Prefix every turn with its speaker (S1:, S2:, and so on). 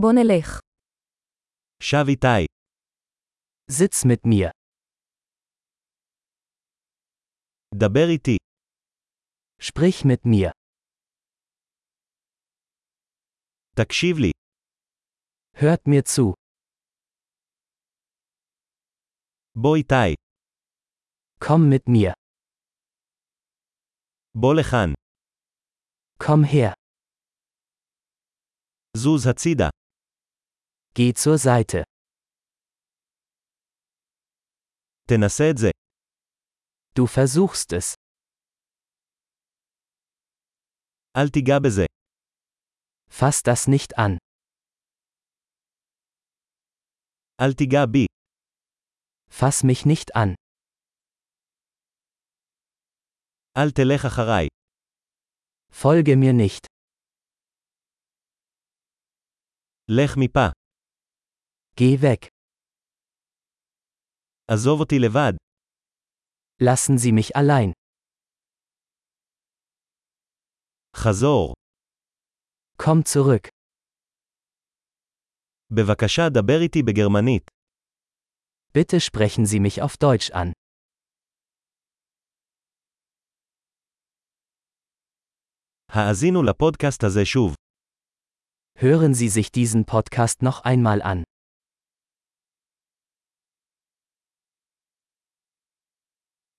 S1: בוא נלך.
S2: שב איתי.
S3: Sitz mit mir.
S2: דבר איתי.
S3: Sprich mit mir.
S2: תקשיב לי.
S3: Hört mir zu.
S2: בוא איתי.
S3: Komm mit mir.
S2: בוא לכאן.
S3: Komm her.
S2: זוז הצידה.
S3: Geh zur Seite.
S2: תנסה את זה.
S3: Du versuchst es.
S2: אל תיגע בזה.
S3: Fass das nicht an.
S2: אל תיגע בי.
S3: Fass mich nicht an.
S2: אל תלך אחריי.
S3: Folge mir nicht.
S2: לך מפה.
S3: Geh weg.
S2: עזוב אותי לבד.
S3: Lassen Sie mich allein.
S2: חזור.
S3: Komm zurück.
S2: בבקשה דבר איתי בגרמנית.
S3: Bitte sprechen Sie mich auf Deutsch an.
S2: האזינו לפודקאסט הזה שוב.
S3: Hören Sie sich diesen Podcast noch einmal an.